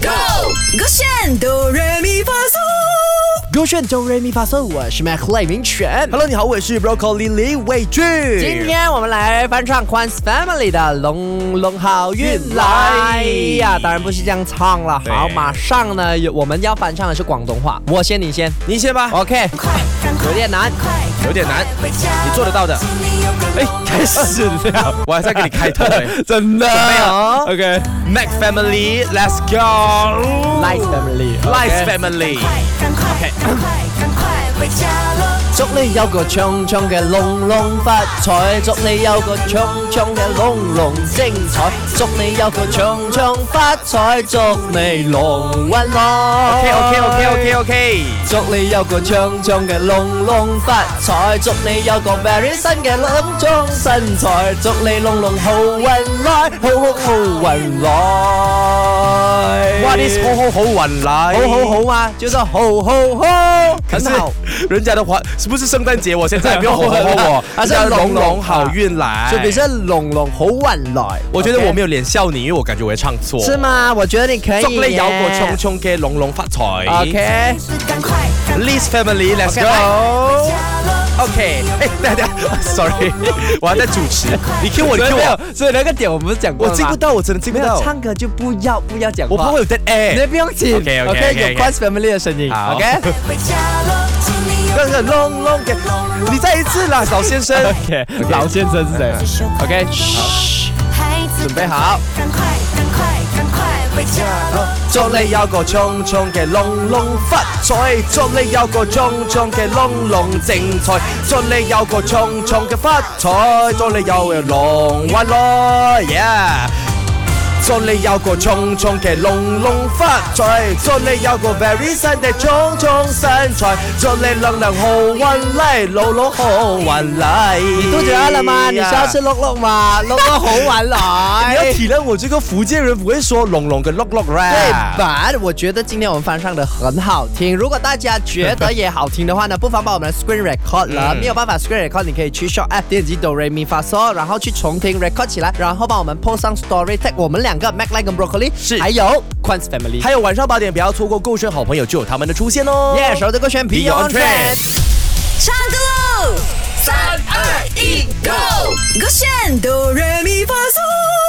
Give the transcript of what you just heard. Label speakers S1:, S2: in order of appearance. S1: Go！勾选哆来咪发嗦，
S2: 勾选周瑞咪发送，我是 Mac 赖明全。
S3: Hello，你好，我是 Broccoli 李伟俊。
S2: 今天我们来翻唱 Queen's Family 的《龙龙好运来》呀，当然不是这样唱了。
S3: 对
S2: 好，马上呢，有我们要翻唱的是广东话，我先，你先。
S3: 你先吧，
S2: OK，
S1: 快赶快
S2: 有点难，
S3: 有点难，你 做得到的。哎， 开始了，我还在给你开头哎，
S2: 真的没 有。
S3: OK，Mac Family，Let's go。
S2: Life Family，
S3: Life Family。
S1: 赶快赶快赶快回家喽！
S2: 祝你有個長長嘅龍龍發財，祝你有個長長嘅龍龍精彩，祝你有個長長發財，祝你龍運來。
S3: OK OK OK OK OK。
S2: 祝你有個長長嘅龍龍發財，祝你有個 very 新嘅龍裝身材，祝你龍龍好運來，好好好運來。
S3: 哇，你好好好晚来，
S2: 好好好啊，就是好好好，
S3: 可
S2: 很
S3: 是
S2: 好。，
S3: 人家的话是不是圣诞节？我现在也不用吼吼我
S2: 还是
S3: 人家
S2: 龙
S3: 龙
S2: 龙
S3: 龙好运来。
S2: 就比如说龙龙好运来，
S3: 哎我觉得
S2: OK
S3: 我没有脸笑你，因为我感觉我会唱错。
S2: 是？吗？我觉得你可以耶。
S3: 祝你有個冲冲嘅龍龍發財。
S2: OK，
S1: 赶快赶
S3: l e a s family，let's
S2: OK，
S3: go。
S1: 家喽！
S3: OK，哎，大家，sorry，我 还在主持，你 Q 我，你 Q 我，，
S2: 所以那个点我们是讲过
S3: 我
S2: 了吗
S3: 进不到，我真的进不
S2: 没有
S3: 到，
S2: 唱歌就不要不要讲话，
S3: 我怕会有 dead
S2: 你
S3: air。
S2: 不用紧
S3: OK，OK，OK，OK
S2: 有 Quest Family 的声音
S3: 好
S2: ，OK，
S1: 回家喽！祝你有
S3: 那个隆隆给，你 再一次啦，老先生。
S2: OK，老先生是谁？OK，嘘
S1: 孩子，
S2: 准备好。
S1: 赶快赶快赶快回家喽！
S3: 祝你有個冲冲嘅龍龍發財，祝你有個冲冲嘅龍龍精彩，祝你有個冲冲嘅發財，祝你有個龍運來，yeah。祝你有個冲冲嘅龍龍發財，祝你有個 very 新嘅冲冲身材，祝你能能好運來，老老好運來。你
S2: 肚子饿了吗？你是要吃？碌碌吗？碌碌好玩
S3: 你要
S2: 来。
S3: 体谅我这个福建人不会说龍龍嘅碌碌
S2: 对
S3: right？
S2: 吧？哎我觉得今天我们翻唱的很好听。如果大家觉得也好听的话呢，不妨把我们的 screen record 了。
S3: 嗯
S2: 没有办法 screen record，你可以去 s h o p app 点击 do re mi fa so，然后去重听 record 起来，然后帮我们 post 上 story tag 我们两个 Mac Line 跟 Broccoli，
S3: 是
S2: 还有 Quan's Family，
S3: 还有晚上八点，不要错过够炫好朋友，就有他们的出现哦。
S2: 耶，手的歌选 b e
S3: Beyond
S2: o n Trend
S3: Trend。
S1: 唱歌喽！三二一，Go！勾选哆来咪发嗦。